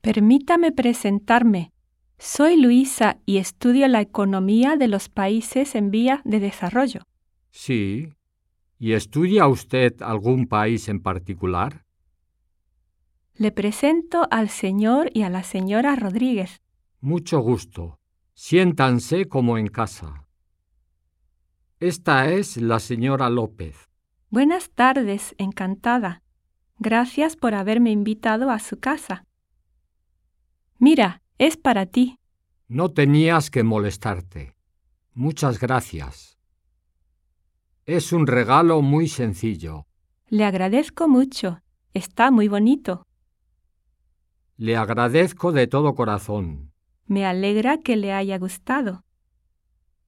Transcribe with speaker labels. Speaker 1: Permítame presentarme. Soy Luisa y estudio la economía de los países en vía de desarrollo.
Speaker 2: Sí. ¿Y estudia usted algún país en particular?
Speaker 1: Le presento al señor y a la señora Rodríguez.
Speaker 2: Mucho gusto. Siéntanse como en casa. Esta es la señora López.
Speaker 1: Buenas tardes, encantada. Gracias por haberme invitado a su casa. Mira, es para ti.
Speaker 2: No tenías que molestarte. Muchas gracias. Es un regalo muy sencillo.
Speaker 1: Le agradezco mucho. Está muy bonito.
Speaker 2: Le agradezco de todo corazón.
Speaker 1: Me alegra que le haya gustado.